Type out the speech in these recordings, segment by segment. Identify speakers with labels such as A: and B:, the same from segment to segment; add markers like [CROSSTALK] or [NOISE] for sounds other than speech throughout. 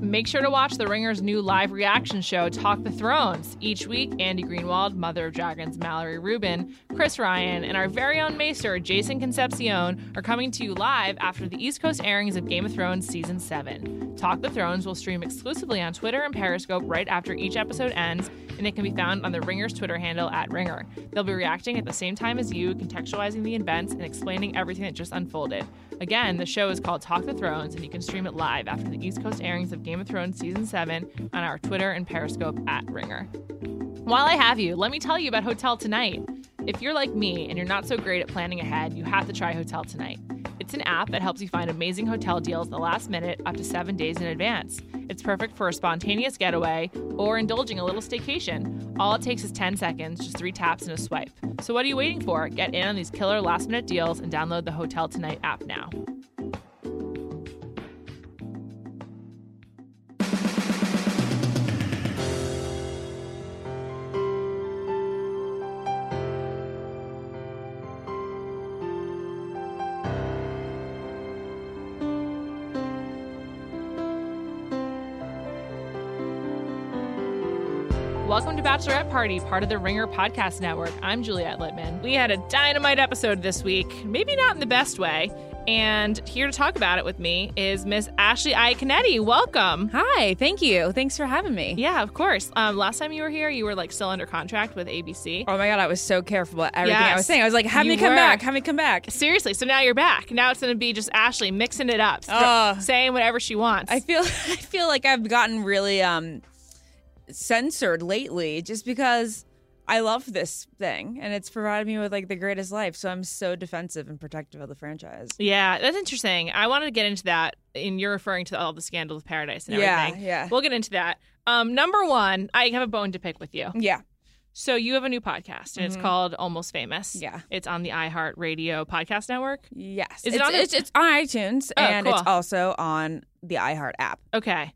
A: make sure to watch The Ringer's new live reaction show, Talk the Thrones. Each week, Andy Greenwald, Mother of Dragons Mallory Rubin, Chris Ryan, and our very own Maester, Jason Concepcion, are coming to you live after the East Coast airings of Game of Thrones Season 7. Talk the Thrones will stream exclusively on Twitter and Periscope right after each episode ends, and it can be found on The Ringer's Twitter handle at Ringer. They'll be reacting at the same time as you, contextualizing the events and explaining everything that just unfolded. Again, the show is called Talk the Thrones, and you can stream it live after the East Coast airings of Game of Thrones Season 7 on our Twitter and Periscope at Ringer. While I have you, let me tell you about Hotel Tonight. If you're like me and you're not so great at planning ahead, you have to try Hotel Tonight. It's an app that helps you find amazing hotel deals the last minute up to seven days in advance. It's perfect for a spontaneous getaway or indulging a little staycation. All it takes is 10 seconds, just three taps and a swipe. So, what are you waiting for? Get in on these killer last minute deals and download the Hotel Tonight app now. Welcome to Bachelorette Party, part of the Ringer Podcast Network. I'm Juliette Littman. We had a dynamite episode this week, maybe not in the best way. And here to talk about it with me is Miss Ashley Iaconetti. Welcome.
B: Hi, thank you. Thanks for having me.
A: Yeah, of course. Um, last time you were here, you were like still under contract with ABC.
B: Oh my god, I was so careful about everything I
A: Yes.
B: was saying. I was like, have
A: You
B: me come
A: were.
B: back, have me come back.
A: Seriously, so now you're back. Now it's going to be just Ashley mixing it up, thro-
B: Ugh.
A: saying whatever she wants.
B: I feel [LAUGHS] I feel like I've gotten really um censored lately just because I love this thing and it's provided me with like the greatest life. So I'm so defensive and protective of the franchise.
A: yeah, that's interesting. I wanted to get into that, and you're referring to all the scandal of paradise and
B: yeah,
A: everything.
B: yeah.
A: We'll get into that. Um, number one, I have a bone to pick with you.
B: yeah.
A: So you have a new podcast, and it's
B: Mhm.
A: called Almost Famous.
B: Yeah.
A: It's on the iHeart Radio podcast network.
B: Yes.
A: Is it
B: it's,
A: on the-
B: it's, it's on iTunes
A: Oh,
B: and
A: cool.
B: it's also on the iHeart app.
A: Okay.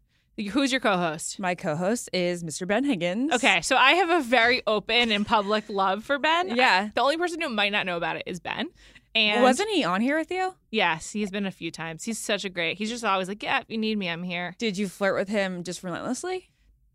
A: Who's your co-host?
B: My co-host is Mr. Ben Higgins.
A: Okay, so I have a very open and public love for Ben.
B: Yeah.
A: The only person who might not know about it is Ben. And
B: Wasn't he on here with you?
A: yes, he's been a few times. He's such a great. He's just always like, yeah, if you need me, I'm here.
B: Did you flirt with him just relentlessly?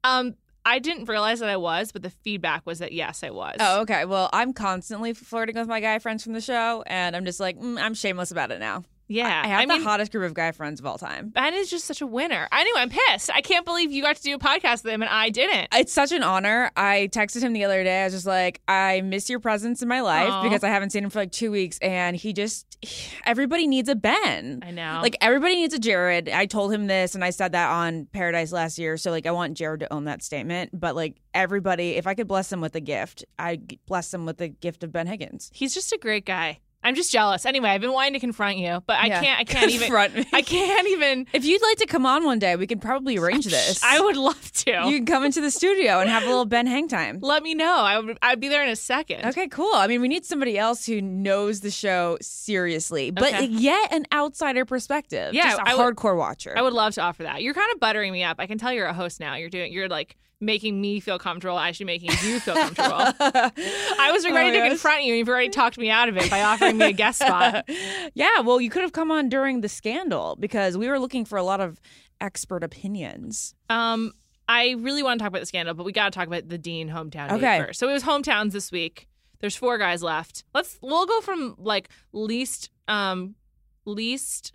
A: Um, I didn't realize that I was, but the feedback was that yes, I was.
B: Oh, okay. Well, I'm constantly flirting with my guy friends from the show, and I'm just like, mm, I'm shameless about it now.
A: yeah.
B: I have the
A: mean,
B: hottest group of guy friends of all time.
A: Ben is just such a winner. I knew. I'm pissed. I can't believe you got to do a podcast with him and I didn't.
B: It's such an honor. I texted him the other day. I was just like, I miss your presence in my life
A: Aw.
B: because I haven't seen him for like two weeks, and he just, [SIGHS] everybody needs a Ben.
A: I know.
B: Like everybody needs a Jared. I told him this and I said that on Paradise last year. So like I want Jared to own that statement. But like everybody, if I could bless them with a gift, I bless them with the gift of Ben Higgins.
A: He's just a great guy. I'm just jealous. Anyway, I've been wanting to confront you, but I
B: Yeah.
A: can't. I can't even.
B: Confront me.
A: I can't even.
B: [LAUGHS] If you'd like to come on one day, we could probably arrange this.
A: [LAUGHS] I would love to.
B: You can come into the studio and have a little Ben hang time.
A: Let me know. I would. I'd be there in a second.
B: [LAUGHS] Okay, cool. I mean, we need somebody else who knows the show seriously, but
A: Okay.
B: yet an outsider perspective.
A: Yeah,
B: just a
A: I would-
B: hardcore watcher.
A: I
B: [LAUGHS]
A: would love to offer that. You're kind of buttering me up. I can tell you're a host now. You're doing. You're like making me feel comfortable. I should be making you feel comfortable.
B: [LAUGHS]
A: I was
B: Oh
A: ready
B: my
A: to
B: gosh.
A: confront you. and You've already talked me out of it by offering me a
B: [LAUGHS]
A: guest spot.
B: yeah, well, you could have come on during the scandal because we were looking for a lot of expert opinions.
A: Um, I really want to talk about the scandal, but we got to talk about the Dean hometown date
B: Okay.
A: first. So it was hometowns this week. There's four guys left. Let's we'll go from like least um least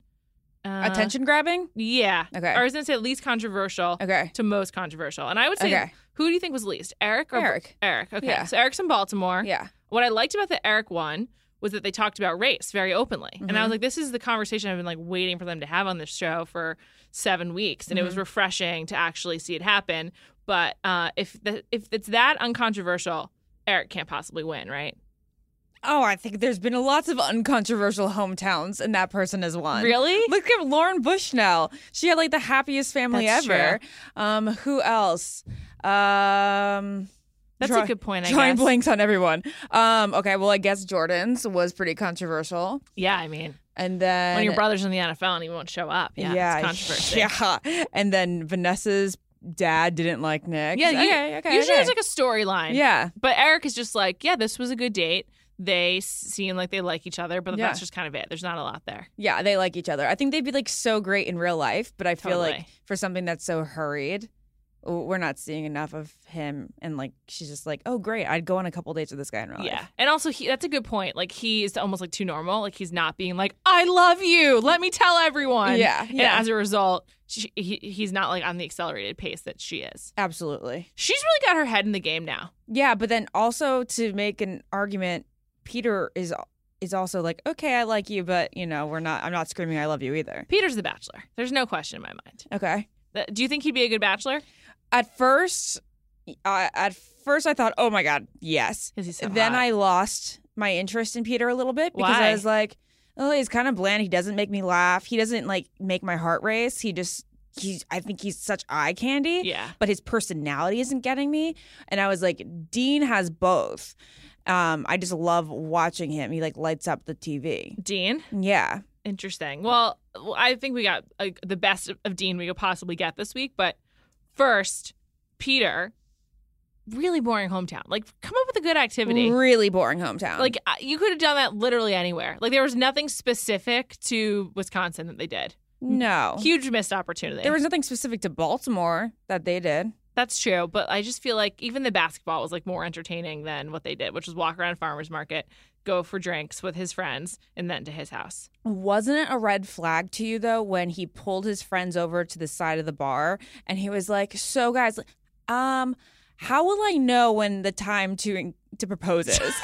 A: uh,
B: Attention grabbing?
A: Yeah.
B: Okay.
A: Or I was gonna say least controversial
B: Okay.
A: to most controversial, and I would say
B: Okay.
A: who do you think was least, Eric or
B: Eric.
A: Eric. Okay.
B: Yeah.
A: So Eric's in Baltimore.
B: Yeah.
A: What I liked about the Eric one was that they talked about race very openly. And I was
B: Mhm.
A: like, this is the conversation I've been like waiting for them to have on this show for seven weeks. And it was
B: Mm-hmm.
A: refreshing to actually see it happen. But uh, if the, if it's that uncontroversial, Eric can't possibly win, right?
B: Oh, I think there's been lots of uncontroversial hometowns, and that person has won.
A: Really?
B: Look at Lauren Bushnell. She had like the happiest family
A: That's
B: ever. Um, who else? Um,
A: That's
B: draw-
A: a good point, I
B: Drawing
A: guess.
B: blanks on everyone. Um, okay, well, I guess Jordan's was pretty controversial,
A: Yeah, I mean,
B: and then
A: when your brother's in the NFL and he won't show up, yeah, it's controversy.
B: Yeah, and then Vanessa's dad didn't like Nick.
A: Yeah,
B: okay, okay.
A: Usually
B: okay.
A: it's like a storyline.
B: yeah.
A: But Eric is just like, yeah, this was a good date. they seem like they like each other, but
B: Yeah.
A: that's just kind of it. There's not a lot there.
B: Yeah, they like each other. I think they'd be like so great in real life, but I feel like
A: Totally.
B: for something that's so hurried, w- we're not seeing enough of him. And like she's just like, oh great, I'd go on a couple dates with this guy in real
A: Yeah.
B: life.
A: And also he that's a good point. Like he is almost like too normal. Like he's not being like, I love you. Let me tell everyone.
B: yeah,
A: And
B: yeah,
A: as a result, she, he, he's not like on the accelerated pace that she is.
B: absolutely.
A: She's really got her head in the game now.
B: Yeah, but then also to make an argument, Peter is is also like, okay, I like you, but you know, we're not. I'm not screaming, I love you either.
A: Peter's the bachelor. There's no question in my mind.
B: Okay.
A: Th- Do you think he'd be a good bachelor?
B: At first, I, at first I thought, oh my god, yes.
A: Is he so
B: then
A: hot?
B: I lost my interest in Peter a little bit because
A: Why?
B: I was like, oh, he's kind of bland. He doesn't make me laugh. He doesn't like make my heart race. He just he I think he's such eye candy,
A: yeah.
B: but his personality isn't getting me. And I was like, Dean has both. Um, I just love watching him. He like lights up the TV.
A: Dean,
B: Yeah.
A: interesting. Well, well, I think we got uh, the best of- of Dean we could possibly get this week. But first, Peter, really boring hometown. Like, come up with a good activity.
B: Really boring hometown.
A: Like I- you could have done that literally anywhere. Like there was nothing specific to Wisconsin that they did.
B: no.
A: Huge missed opportunity.
B: Oh. there was nothing specific to Baltimore that they did.
A: That's true, but I just feel like even the basketball was like more entertaining than what they did, which was walk around farmers market, go for drinks with his friends, and then to his house.
B: Wasn't it a red flag to you though when he pulled his friends over to the side of the bar and he was like, "So guys, um, how will I know when the time to to propose is?" [LAUGHS]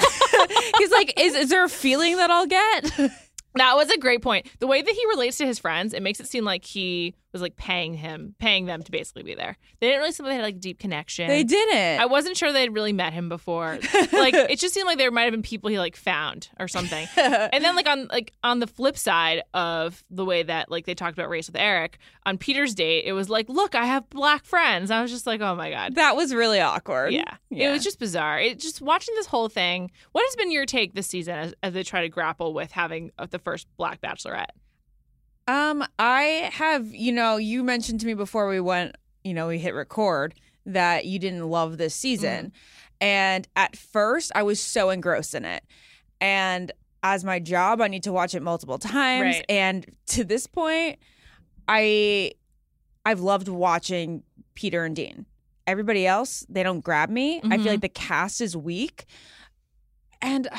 B: He's like, "Is is there a feeling that I'll get?"
A: That was a great point. The way that he relates to his friends, it makes it seem like he was like paying him, paying them to basically be there. They didn't really seem like they had like a deep connection.
B: they didn't.
A: I wasn't sure they had really met him
B: [LAUGHS]
A: before. Like it just seemed like there might have been people he like found or something. And then like on like on the flip side of the way that like they talked about race with Eric, on Peter's date, it was like, "Look, I have black friends." I was just like, "Oh my god."
B: that was really awkward.
A: Yeah. It
B: Yeah.
A: was just bizarre. It just watching this whole thing. What has been your take this season as, as they try to grapple with having uh, the first black bachelorette?
B: Um, I have, you know, you mentioned to me before we went, you know, we hit record that you didn't love this season. And at first, I was so engrossed in it. And as my job, I need to watch it multiple times.
A: Right.
B: And to this point, I I've loved watching Peter and Dean. Everybody else, they don't grab me. I
A: Mhm.
B: feel like the cast is weak. And [SIGHS]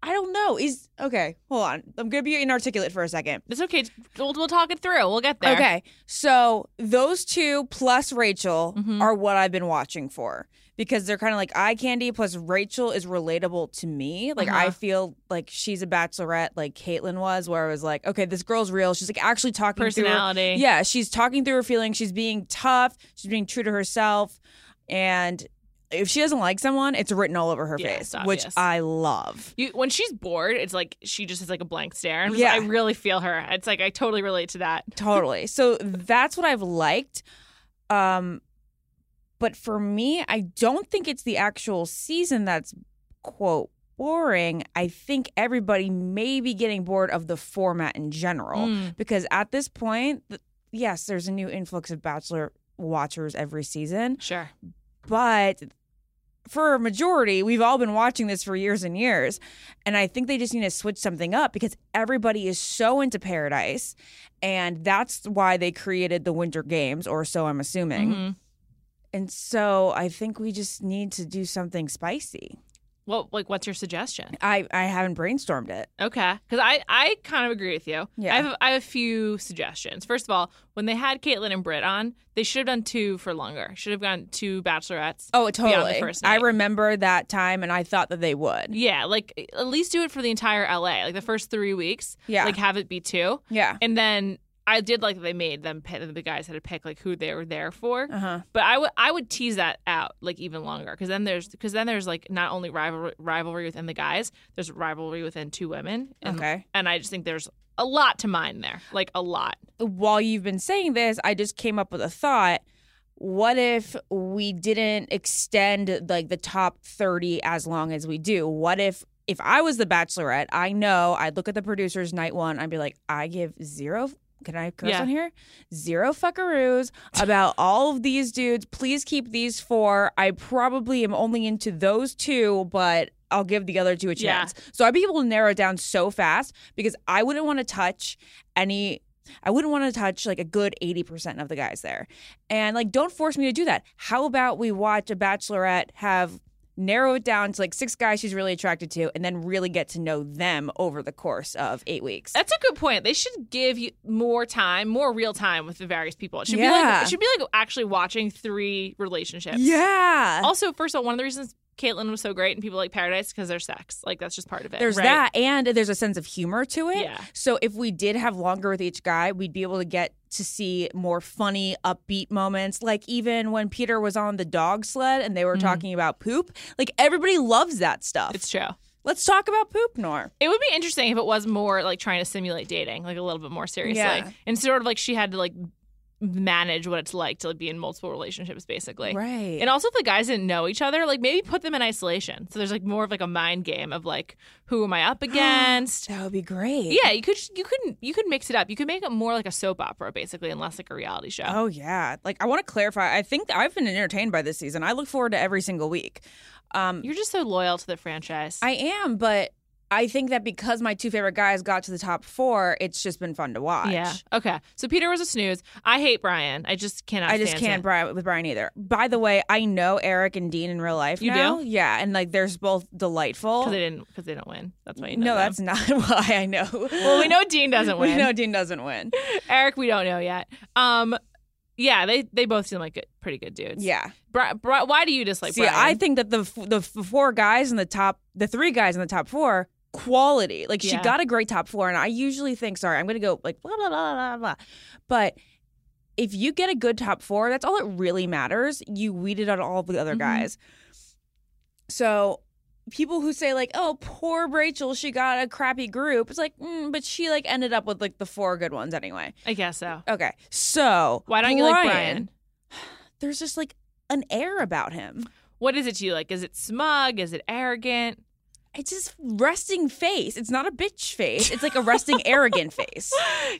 B: I don't know. Is okay, hold on. I'm gonna be inarticulate for a second.
A: It's okay. We'll, we'll talk it through. We'll get there.
B: Okay. So those two plus Rachel
A: Mhm.
B: are what I've been watching for because they're kind of like eye candy plus Rachel is relatable to me. Like I
A: Uh-huh.
B: feel like she's a bachelorette like Caitlyn was where I was like, okay, this girl's real. She's like actually talking through her-
A: Personality.
B: Yeah, she's talking through her feelings. She's being tough. She's being true to herself and if she doesn't like someone, it's written all over her
A: Yeah,
B: face,
A: it's
B: which
A: obvious.
B: I love.
A: You, when she's bored, it's like she just has like a blank stare. And
B: Yeah.
A: I really feel her. It's like I totally relate to that.
B: totally so that's what i've liked um but for me i don't think it's the actual season that's quote boring i think everybody may be getting bored of the format in general
A: Mm.
B: because at this point th- yes there's a new influx of bachelor watchers every season
A: Sure.
B: but for a majority, we've all been watching this for years and years. And I think they just need to switch something up because everybody is so into paradise. And that's why they created the Winter Games, or so I'm assuming.
A: Mhm.
B: And so I think we just need to do something spicy.
A: Well, like, what's your suggestion?
B: I, I haven't brainstormed it.
A: Okay, because I I kind of agree with you.
B: Yeah.
A: I have I have a few suggestions. First of all, when they had Caitlyn and Britt on, they should have done two for longer. Should have gone two bachelorettes.
B: Oh,
A: totally. first
B: I
A: night.
B: remember that time and I thought that they would.
A: Yeah, like at least do it for the entire LA, like the first three weeks.
B: Yeah.
A: Like have it be two,
B: yeah.
A: and then I did like that they made them pick, the guys had to pick like who they were there for.
B: Uh huh.
A: But I would I would tease that out like even longer because then there's because then there's like not only rivalry rivalry within the guys, there's rivalry within two women. And,
B: Okay.
A: And I just think there's a lot to mine there, like a lot.
B: while you've been saying this, I just came up with a thought. What if we didn't extend like the top 30 as long as we do? What if if I was the bachelorette, I know I'd look at the producers night one, I'd be like, I give zero can I curse
A: Yeah.
B: on here? Zero fuckaroos about [LAUGHS] all of these dudes. Please keep these four. I probably am only into those two, but I'll give the other two a
A: Yeah.
B: chance. So I'd be able to narrow it down so fast because I wouldn't want to touch any. I wouldn't want to touch like a good 80% of the guys there. And like, don't force me to do that. How about we watch a bachelorette have narrow it down to like six guys she's really attracted to and then really get to know them over the course of eight weeks?
A: That's a good point. They should give you more time, more real time with the various people. It should be
B: Yeah.
A: like it should be like actually watching three relationships.
B: Yeah.
A: Also, first of all, one of the reasons Caitlyn was so great and people like Paradise because there's sex. Like that's just part of it.
B: There's
A: right?
B: that, and there's a sense of humor to it.
A: Yeah.
B: So if we did have longer with each guy, we'd be able to get to see more funny, upbeat moments. Like even when Peter was on the dog sled and they were
A: Mhm.
B: talking about poop, like everybody loves that stuff.
A: It's true.
B: Let's talk about poop, Nor.
A: It would be interesting if it was more like trying to simulate dating, like a little bit more seriously,
B: Yeah.
A: and sort of like she had to like manage what it's like to like, be in multiple relationships, basically.
B: Right.
A: And also, if the guys didn't know each other, like maybe put them in isolation. So there's like more of like a mind game of like, who am I
B: [GASPS]
A: up against?
B: that would be great.
A: yeah, you could you could you could mix it up. You could make it more like a soap opera, basically, and less like a reality show.
B: Oh yeah. Like I want to clarify. I think that I've been entertained by this season. I look forward to every single week. Um,
A: You're just so loyal to the franchise.
B: I am, but I think that because my two favorite guys got to the top four, it's just been fun to watch.
A: yeah. Okay. So Peter was a snooze. I hate Brian. I just cannot.
B: I just
A: stand
B: can't
A: Him.
B: Brian, with Brian either. By the way, I know Eric and Dean in real life.
A: You
B: now.
A: do?
B: yeah, and like they're both delightful.
A: Because they didn't. Because they don't win. That's why you know.
B: no,
A: them.
B: that's not [LAUGHS] why I know.
A: Well, we know
B: [LAUGHS]
A: Dean doesn't
B: we
A: win.
B: know Dean doesn't win.
A: [LAUGHS] Eric, we don't know yet. Um, yeah, they they both seem like good, pretty good dudes.
B: Yeah.
A: Bri- Bri- why do you dislike?
B: See,
A: Brian?
B: I think that the f- the f- four guys in the top, the three guys in the top four, quality. Like she
A: Yeah.
B: got a great top four, and I usually think, sorry, I'm gonna go like blah blah blah blah blah, but. If you get a good top four, that's all that really matters. You weeded out all the other
A: Mhm.
B: guys. So people who say like, "Oh, poor Rachel, she got a crappy group," it's like, mm, but she like ended up with like the four good ones anyway.
A: I guess so.
B: Okay, so
A: Why don't you like Brian?
B: There's just like an air about him.
A: What is it you like? Is it smug? Is it arrogant?
B: It's just resting face. It's not a bitch face. It's like a
A: [LAUGHS]
B: resting arrogant face.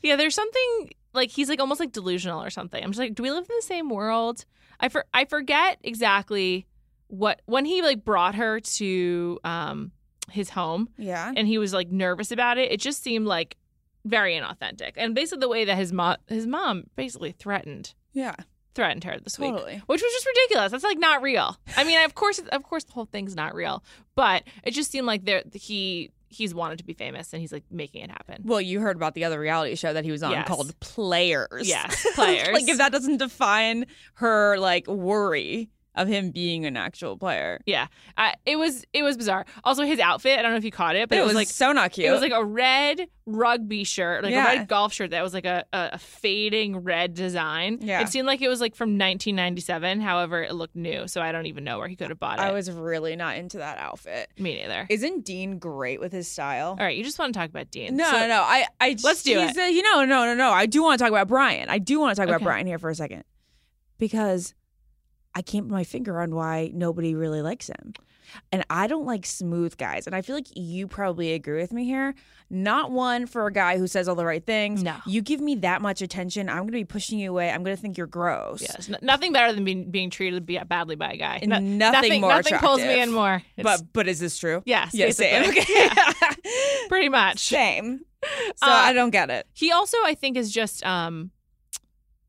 A: Yeah, there's something like he's like almost like delusional or something. I'm just like, do we live in the same world? I for I forget exactly what when he like brought her to um his home.
B: Yeah.
A: and he was like nervous about it. It just seemed like very inauthentic. And basically the way that his mom his mom basically threatened
B: Yeah.
A: threatened her this week.
B: Totally.
A: Which was just ridiculous. That's like not real. I mean, of course of course the whole thing's not real, but it just seemed like there he he's wanted to be famous and he's like making it happen.
B: Well, you heard about the other reality show that he was on
A: Yes.
B: called Players.
A: Yes, players.
B: [LAUGHS] like if that doesn't define her like worry of him being an actual player.
A: I, it was it was bizarre. Also his outfit, I don't know if you caught it, but it, was, like
B: so not cute.
A: It was like a red rugby shirt, like
B: Yeah.
A: a red golf shirt that was like a, a, a fading red design.
B: Yeah.
A: It seemed like it was like from 1997. However, it looked new, so I don't even know where he could have bought it.
B: I was really not into that outfit.
A: Me neither.
B: Isn't Dean great with his style?
A: All right, you just want to talk about Dean.
B: No,
A: So-
B: no, no. I, I
A: Let's do
B: he's a- you know, no, no, no. I do want to talk about Brian. I do want to talk about
A: Okay.
B: Brian here for a second because I can't put my finger on why nobody really likes him. And I don't like smooth guys. And I feel like you probably agree with me here. Not one for a guy who says all the right things.
A: No.
B: You give me that much attention, I'm going to be pushing you away. I'm going to think you're gross.
A: Yes, n- nothing better than being, being treated be- badly by a guy.
B: And
A: No-
B: nothing,
A: nothing,
B: more
A: nothing pulls me
B: attractive.
A: in more. It's-
B: But but is this true?
A: yes,
B: Yes, same.
A: basically.
B: Okay.
A: [LAUGHS] Yeah,
B: [LAUGHS]
A: pretty much.
B: Same. So
A: Uh,
B: I don't get it.
A: He also, I think, is just um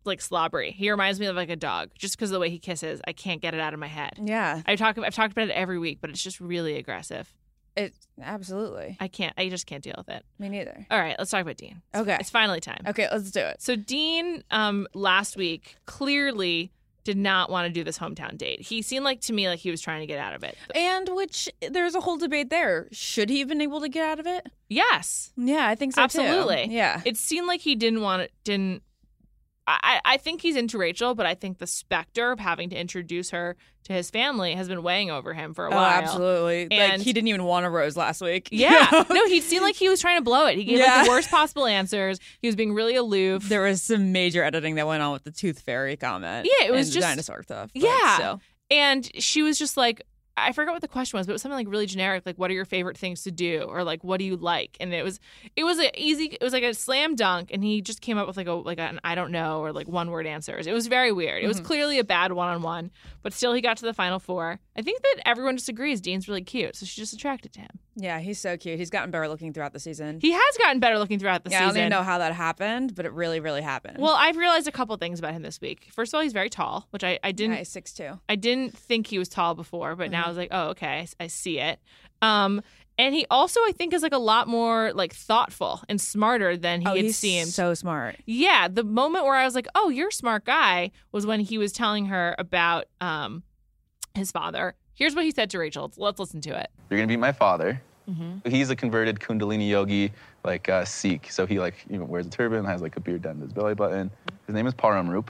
A: like slobbery. He reminds me of like a dog, just because of the way he kisses. I can't get it out of my head.
B: Yeah.
A: I talk. I've talked about it every week, but it's just really aggressive.
B: It absolutely.
A: I can't. I just can't deal with it.
B: Me neither.
A: [LAUGHS] All right, let's talk about Dean. It's-
B: Okay.
A: it's finally time.
B: Okay, let's do it.
A: So Dean, um, last week clearly did not want to do this hometown date. He seemed like to me like he was trying to get out of it.
B: And which there's a whole debate there. Should he have been able to get out of it?
A: Yes,
B: Yeah, I think so too.
A: Absolutely.
B: Yeah.
A: it seemed like he didn't want it. Didn't. I, I I think he's into Rachel, but I think the specter of having to introduce her to his family has been weighing over him for a
B: Oh,
A: while.
B: absolutely. like
A: And-
B: he didn't even want a rose last week. [LAUGHS]
A: Yeah. No, he seemed like he was trying to blow it. He gave like
B: Yeah.
A: the worst possible answers. He was being really aloof.
B: [LAUGHS] There was some major editing that went on with the tooth fairy comment.
A: Yeah, it was
B: and
A: just-
B: dinosaur stuff. but
A: Yeah.
B: still.
A: And she was just like, I forgot what the question was, but it was something like really generic, like what are your favorite things to do, or like what do you like? And it was, it was a easy, it was like a slam dunk, and he just came up with like a like an I don't know or like one word answers. It was very weird. It was
B: Mhm.
A: clearly a bad one on one, but still he got to the final four. I I think that everyone just agrees Dean's really cute, so she's just attracted to him.
B: Yeah, he's so cute. He's gotten better looking throughout the season.
A: He has gotten better looking throughout the
B: yeah, I
A: season.
B: don't even know how that happened, but it really, really happened.
A: Well, I've realized a couple things about him this week. First of all, he's very tall, which I, I didn't
B: yeah, he's six two.
A: I didn't think he was tall before, but now
B: Mhm.
A: I was like, oh, okay, I s- I, see it. Um, and he also, I think, is like a lot more like thoughtful and smarter than he
B: oh,
A: had
B: he's
A: seemed.
B: so smart.
A: yeah, the moment where I was like, oh, you're a smart guy was when he was telling her about um, his father. Here's what he said to Rachel. Let's listen to it.
C: You're gonna be my father.
A: Mm-hmm.
C: He's a converted Kundalini yogi, like uh, Sikh. So he like you know, wears a turban, has like a beard down to his belly button. His name is Paramrup.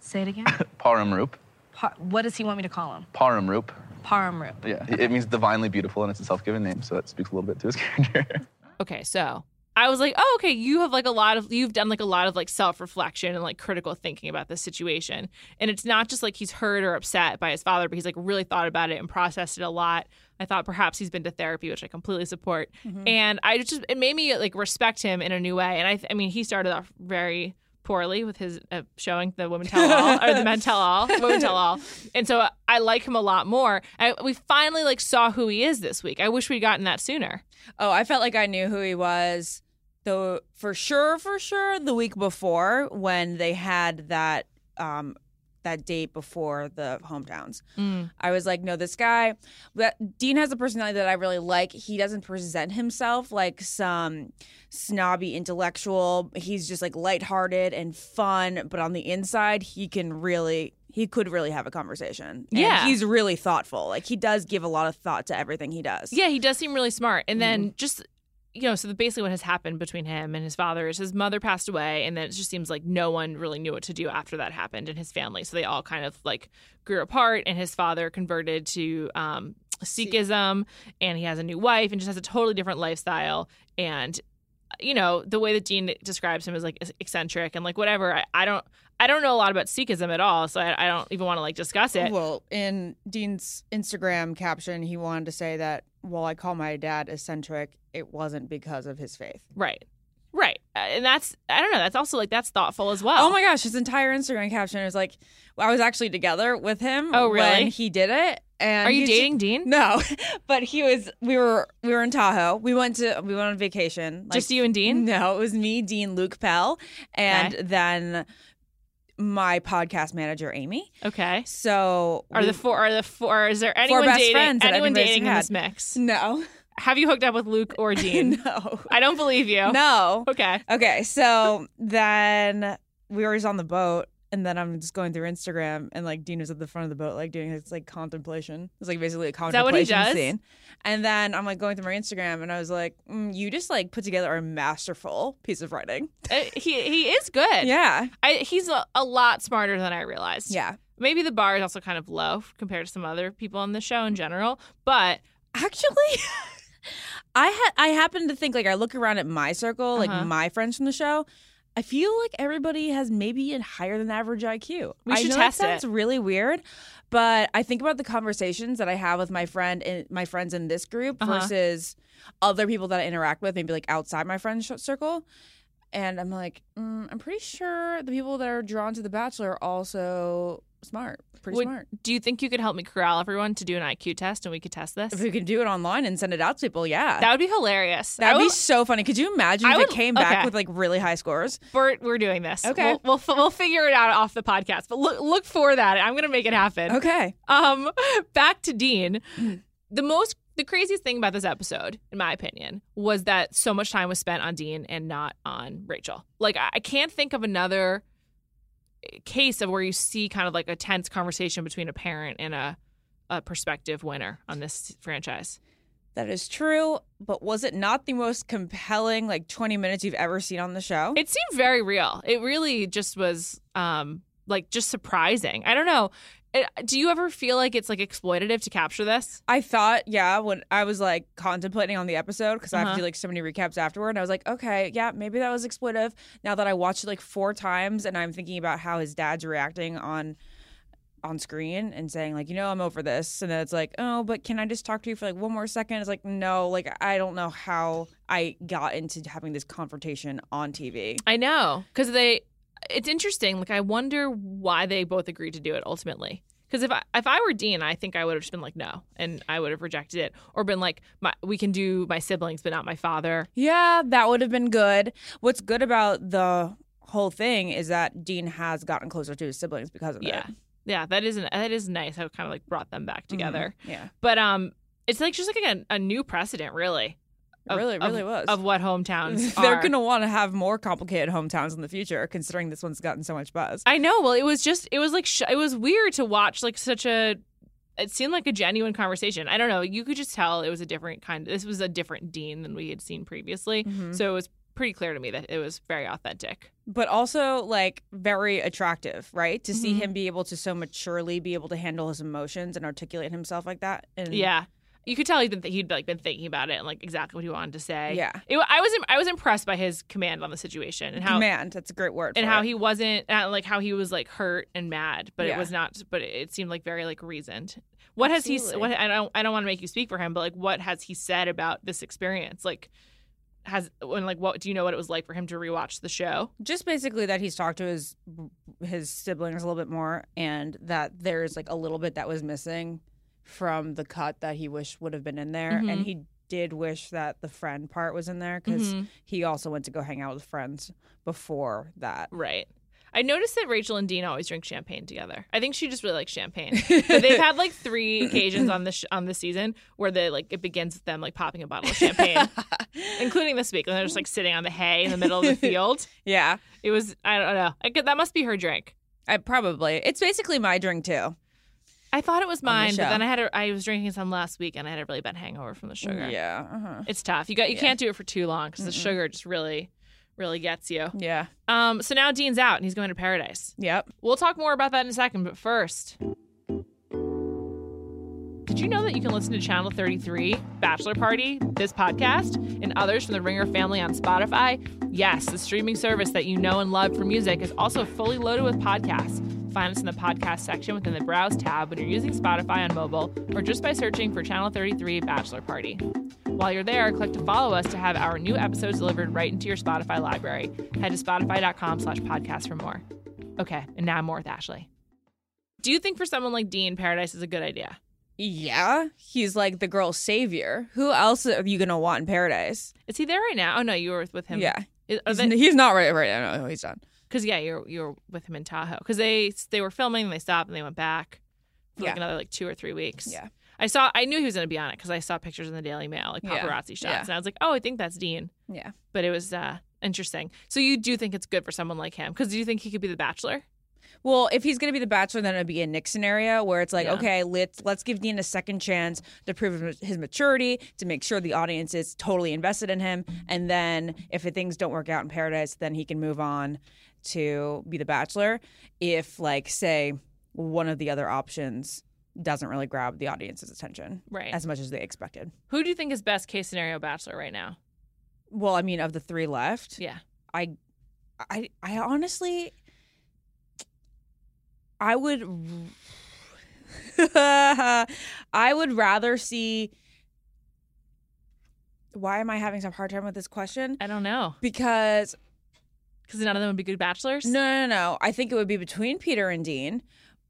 D: Say it again.
C: Paramrup.
D: Par- what does he want me to call him?
C: Paramrup.
D: Paramrup.
C: Yeah, it- it means divinely beautiful, and it's a self-given name, so that speaks a little bit to his [LAUGHS] character.
A: Okay, so I was like, oh, okay, you have like a lot of, you've done like a lot of like self reflection and like critical thinking about this situation. And it's not just like he's hurt or upset by his father, but he's like really thought about it and processed it a lot. I thought perhaps he's been to therapy, which I completely support. And I just, it made me like respect him in a new way. And I, I mean, he started off very poorly with his uh, showing the women tell all or the men tell all, women tell all. And so I, I like him a lot more. I, we finally like saw who he is this week. I wish we'd gotten that sooner.
B: Oh, I felt like I knew who he was. The for sure, for sure, the week before when they had that um that date before the hometowns.
A: Mm.
B: I was like, no, this guy. That, Dean has a personality that I really like. He doesn't present himself like some snobby intellectual. He's just like lighthearted and fun, but on the inside, he can really. He could really have a conversation. And
A: Yeah.
B: he's really thoughtful. Like he does give a lot of thought to everything he does.
A: Yeah, he does seem really smart. And then just you know, so the, basically what has happened between him and his father is his mother passed away, and then it just seems like no one really knew what to do after that happened in his family. So they all kind of like grew apart, and his father converted to um, Sikhism, and he has a new wife, and just has a totally different lifestyle. And you know, the way that Dean describes him is like eccentric and like whatever. I, I don't. I don't know a lot about Sikhism at all, so I, I don't even want to like discuss it.
B: Well, in Dean's Instagram caption, he wanted to say that while I call my dad eccentric, it wasn't because of his faith.
A: Right. Right. Uh, And that's, I don't know, that's also like, that's thoughtful as well.
B: Oh, my gosh, his entire Instagram caption was like, I was actually together with him.
A: Oh, really?
B: When he did it, and
A: Are you
B: he's just-
A: dating Dean?
B: no, [LAUGHS] but he was. We were we were in Tahoe. We went to we went on vacation. like-
A: Just you and Dean?
B: No, it was me, Dean, Luke Pell, and then my podcast manager Amy.
A: Okay.
B: So
A: Are
B: we-
A: the four, are the four, is there anyone
B: best
A: dating,
B: friends that
A: anyone
B: everybody's
A: dating in
B: had.
A: this mix?
B: no [LAUGHS]
A: Have you hooked up with Luke or Dean?
B: no
A: I don't believe you.
B: no
A: Okay.
B: Okay, so then we were just on the boat, and then I'm just going through Instagram, and like Dean was at the front of the boat, like doing his like contemplation. It's like basically a
A: that
B: contemplation
A: what he does?
B: scene. And then I'm like going through my Instagram, and I was like, mm, "You just like put together a masterful piece of writing."
A: Uh, he, he is good.
B: Yeah,
A: I, he's a, a lot smarter than I realized.
B: yeah.
A: Maybe the bar is also kind of low compared to some other people on the show in general, but
B: Actually, [LAUGHS] I had I happen to think like I look around at my circle, like
A: Uh-huh.
B: my friends from the show. I feel like everybody has maybe a higher than average IQ.
A: We
B: I
A: should
B: know
A: test it.
B: that sounds really weird, but I think about the conversations that I have with my friend and my friends in this group
A: Uh-huh.
B: versus other people that I interact with, maybe like outside my friend sh- circle. And I'm like, mm, I'm pretty sure the people that are drawn to The Bachelor are also smart, pretty
A: Would-
B: smart.
A: do you think you could help me corral everyone to do an IQ test and we could test this?
B: If we could do it online and send it out to people, yeah,
A: That would be hilarious. I
B: uh, That'd be
A: would-
B: so funny. Could you imagine
A: I
B: if
A: would-
B: it came
A: okay.
B: back with like really high scores?
A: Bert, we're doing this.
B: Okay.
A: We'll, we'll, f- we'll figure it out off the podcast, but look, look for that. I'm going to make it happen.
B: Okay. Mm.
A: Um, back to Dean. The most, the craziest thing about this episode, in my opinion, was that so much time was spent on Dean and not on Rachel. Like, I, I can't think of another case of where you see kind of like a tense conversation between a parent and a, a prospective winner on this franchise.
B: That is true, but was it not the most compelling like 20 minutes you've ever seen on the show?
A: It seemed very real. It really just was um like just surprising. I don't know. It, do you ever feel like it's like exploitative to capture this?
B: I thought, yeah, when I was like contemplating on the episode because I have
A: Uh-huh.
B: to do like so many recaps afterward, and I was like, okay, yeah, maybe that was exploitive. Now that I watched it like four times, and I'm thinking about how his dad's reacting on on screen and saying like, you know, I'm over this, and then it's like, oh, but can I just talk to you for like one more second? It's like, no, like I don't know how I got into having this confrontation on TV.
A: I know cuz they it's interesting. Like I wonder why they both agreed to do it ultimately. Because if I if I were Dean, I think I would have just been like no, and I would have rejected it, or been like, my, we can do my siblings, but not my father.
B: Yeah, that would have been good. What's good about the whole thing is that Dean has gotten closer to his siblings because of
A: Yeah,
B: it.
A: yeah, that isn't that is nice. I've kind of like brought them back together,
B: Yeah.
A: but um, it's like just like a, a new precedent, really.
B: It really, really was. [LAUGHS]
A: of what [LAUGHS] hometowns
B: They're
A: are.
B: going to want to have more complicated hometowns in the future, considering this one's gotten so much buzz.
A: I know. Well, it was just it was like sh- it was weird to watch like such a. It seemed like a genuine conversation. I don't know. You could just tell it was a different kind. This was a different Dean than we had seen previously.
B: Mhm.
A: So it was pretty clear to me that it was very authentic.
B: But also, like, very attractive, right? To see
A: Mhm.
B: him be able to so maturely be able to handle his emotions and articulate himself like that. And
A: Yeah, you could tell he'd been th- he'd like been thinking about it and like exactly what he wanted to say.
B: Yeah.
A: it, wa- I was im- I was impressed by his command on the situation and how
B: Command. That's a great word.
A: and
B: for
A: how
B: it.
A: he wasn't uh, like how he was like hurt and mad, but it
B: Yeah.
A: was not. But it seemed like very like reasoned. What has he?
B: Absolutely.
A: What I don't I don't want to make you speak for him, but like what has he said about this experience? Like has when like what do you know what it was like for him to rewatch the show?
B: just basically that he's talked to his his siblings a little bit more and that there's like a little bit that was missing from the cut that he wished would have been in there
A: Mhm.
B: and he did wish that the friend part was in there because
A: Mhm.
B: he also went to go hang out with friends before that
A: Right. I noticed that Rachel and Dean always drink champagne together. I think she just really likes
B: [LAUGHS]
A: champagne. [LAUGHS] But they've had like three occasions on this sh- on this season where they like it begins with them like popping a bottle of
B: [LAUGHS]
A: champagne, including this week, and they're just like sitting on the hay in the middle of
B: [LAUGHS]
A: the field.
B: yeah
A: It was I don't know. I could, that must be her drink.
B: i probably it's basically my drink too
A: I thought it was mine, but
B: show. Mm,
A: then I had a, I was drinking some last week and I had a really bad hangover from the sugar.
B: yeah uh-huh.
A: It's tough. You got you
B: Yeah.
A: can't do it for too long because the
B: Mm-mm.
A: sugar just really really gets you.
B: yeah
A: Um so now Dean's out and he's going to paradise.
B: yep
A: We'll talk more about that in a second, but first did you know that you can listen to Channel 33, Bachelor Party, this podcast, and others from the Ringer family on Spotify? Yes, the streaming service that you know and love for music is also fully loaded with podcasts. Find us in the podcast section within the Browse tab when you're using Spotify on mobile or just by searching for Channel 33 Bachelor Party. While you're there, click to follow us to have our new episodes delivered right into your Spotify library. Head to spotify.com slash podcast for more. Okay, and now more with Ashley. Do you think for someone like Dean, Paradise is a good idea?
B: yeah he's like the girl's savior who else are you gonna want in paradise
A: Is he there right now? Oh no, you were with him.
B: yeah he's,
A: because
B: he's not right right now no, he's done
A: yeah, you're you're with him in Tahoe because they they were filming and they stopped and they went back for like
B: Yeah.
A: another like two or three weeks.
B: Yeah.
A: I saw I knew he was gonna be on it because I saw pictures in the Daily Mail like
B: Yeah.
A: paparazzi shots
B: Yeah.
A: and I was like, oh, I think that's Dean.
B: yeah
A: But it was uh interesting. So you do think it's good for someone like him because do you think he could be the Bachelor?
B: Well, if he's gonna be the bachelor, then it'd be a Nick scenario where it's like,
A: Yeah.
B: okay, let's let's give Dean a second chance to prove his- his maturity, to make sure the audience is totally invested in him, and then if things don't work out in paradise, then he can move on to be the bachelor. If like say one of the other options doesn't really grab the audience's attention
A: Right.
B: as much as they expected.
A: Who do you think is best case scenario Bachelor right now?
B: Well, I mean, of the three left,
A: Yeah.
B: I, I, I honestly, I would, [LAUGHS] I would rather see. Why am I having some hard time with this question?
A: I don't know
B: Because
A: because none of them would be good Bachelors.
B: no, no, no, no, I think it would be between Peter and Dean,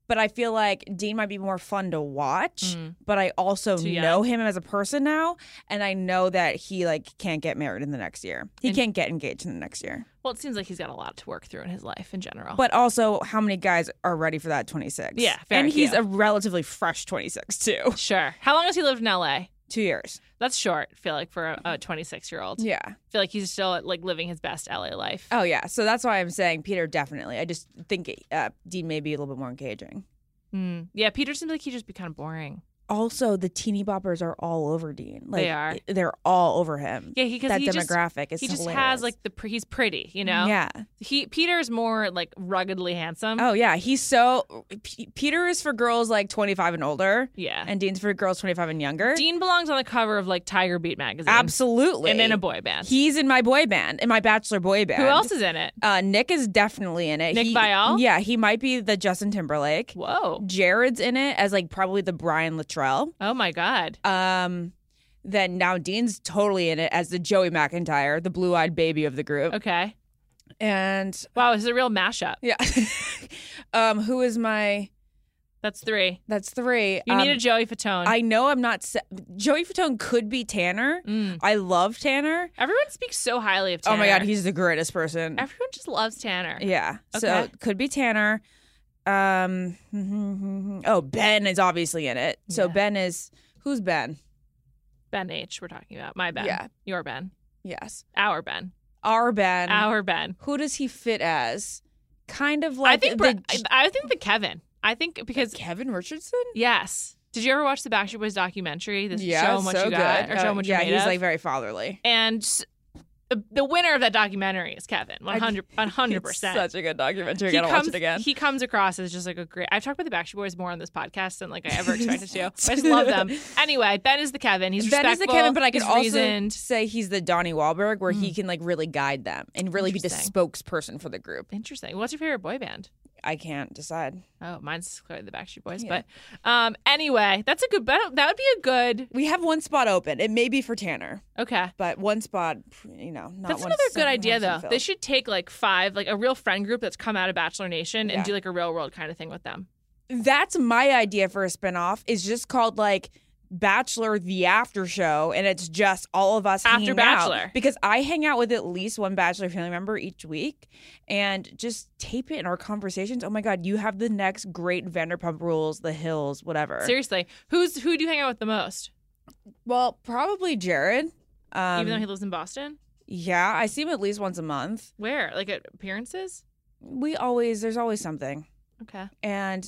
B: but I feel like Dean might be more fun to watch.
A: Mm.
B: But I also
A: Too young.
B: know him as a person now, and I know that he like can't get married in the next year. He
A: And-
B: can't get engaged in the next year.
A: Well, it seems like he's got a lot to work through in his life in general.
B: But also, how many guys are ready for that 26?
A: Yeah, very
B: and he's
A: few.
B: a relatively fresh 26 too.
A: sure. How long has he lived in LA?
B: Two years.
A: That's short. I feel like for a- a 26 year old.
B: Yeah.
A: I feel like he's still like living his best LA life.
B: Oh yeah. So that's why I'm saying Peter definitely. I just think uh, Dean may be a little bit more engaging.
A: Hmm. Yeah, Peter seems like he'd just be kind of boring.
B: Also, the teeny boppers are all over Dean. Like,
A: They are.
B: They're all over him.
A: Yeah, because
B: that
A: he just
B: demographic is
A: he just
B: hilarious.
A: has like the pre- he's pretty, you know. Mm-hmm.
B: Yeah.
A: He Peter's more like ruggedly handsome.
B: Oh yeah. He's so. P- Peter is for girls like 25 and older,
A: yeah.
B: and Dean's for girls 25 and younger.
A: Dean belongs on the cover of like Tiger Beat magazine.
B: Absolutely.
A: And in a boy band.
B: He's in my boy band, in my bachelor boy band.
A: Who else is in it?
B: Uh, Nick is definitely in it.
A: Nick
B: He-
A: Viall?
B: Yeah, he might be the Justin Timberlake.
A: Whoa.
B: Jared's in it as like probably the Brian Luttrell.
A: Oh my god.
B: Um, then now Dean's totally in it as the Joey McIntyre, the blue-eyed baby of the group.
A: Okay.
B: And [LAUGHS]
A: Wow, this is a real mashup.
B: yeah, um, who is my
A: That's three.
B: That's three.
A: You
B: Um,
A: need a Joey Fatone.
B: I know I'm not. Se- Joey Fatone could be Tanner.
A: Mm.
B: I love Tanner.
A: Everyone speaks so highly of Tanner.
B: Oh my god, he's the greatest person.
A: Everyone just loves Tanner.
B: Yeah. So
A: Okay.
B: it could be Tanner. Um. [LAUGHS] Oh, Ben is obviously in it. So
A: Yeah.
B: Ben is who's Ben?
A: Ben H. We're talking about my Ben.
B: Yeah.
A: Your Ben.
B: Yes,
A: Our Ben.
B: our Ben.
A: Our Ben.
B: Who does he fit as? Kind of like
A: I think.
B: the,
A: Bra- I I think the Kevin. I think because
B: Kevin Richardson.
A: yes. Did you ever watch the Backstreet Boys documentary? This
B: yeah,
A: show much
B: so
A: you got
B: good.
A: or show
B: Uh,
A: much
B: yeah,
A: you made
B: he's
A: of?
B: like very fatherly.
A: and s- the, the winner of that documentary is Kevin.
B: [LAUGHS]
A: 100 percent.
B: It's such a good documentary. I
A: he
B: gotta
A: comes,
B: watch it again.
A: He comes across as just like a great. I've talked about the Backstreet Boys more on this podcast than like I
B: [LAUGHS]
A: ever expected to. I just love them. Anyway, Ben is the Kevin. He's
B: ben is the
A: respectful,
B: Kevin, but I could
A: he's
B: also
A: reasoned. Hmm.
B: say he's the Donnie Wahlberg, where he can like really guide them and really be the
A: Interesting.
B: spokesperson for the group.
A: Interesting. What's your favorite boy band?
B: I can't decide.
A: Oh, mine's clearly the Backstreet Boys.
B: Yeah.
A: But um, anyway, that's a good. That that would be a good.
B: We have one spot open. It may be for Tanner,
A: Okay.
B: but one spot, you know, not
A: That's
B: one-
A: another good
B: 100%
A: idea, though. They
B: filled.
A: should take like five, like a real friend group that's come out of Bachelor Nation
B: Yeah.
A: and do like a real world kind of thing with them.
B: That's my idea for a spinoff. Is just called like Bachelor the After Show, and it's just all of us
A: After
B: hanging out.
A: Bachelor.
B: because I hang out with at least one Bachelor family member each week, and just tape it in our conversations. Oh my God, you have the next great Vanderpump Rules, The Hills, whatever.
A: Seriously, who's who do you hang out with the most?
B: Well, probably Jared. Um,
A: Even though he lives in Boston,
B: yeah, I see him at least once a month.
A: where like at appearances?
B: We always there's always something,
A: Okay.
B: and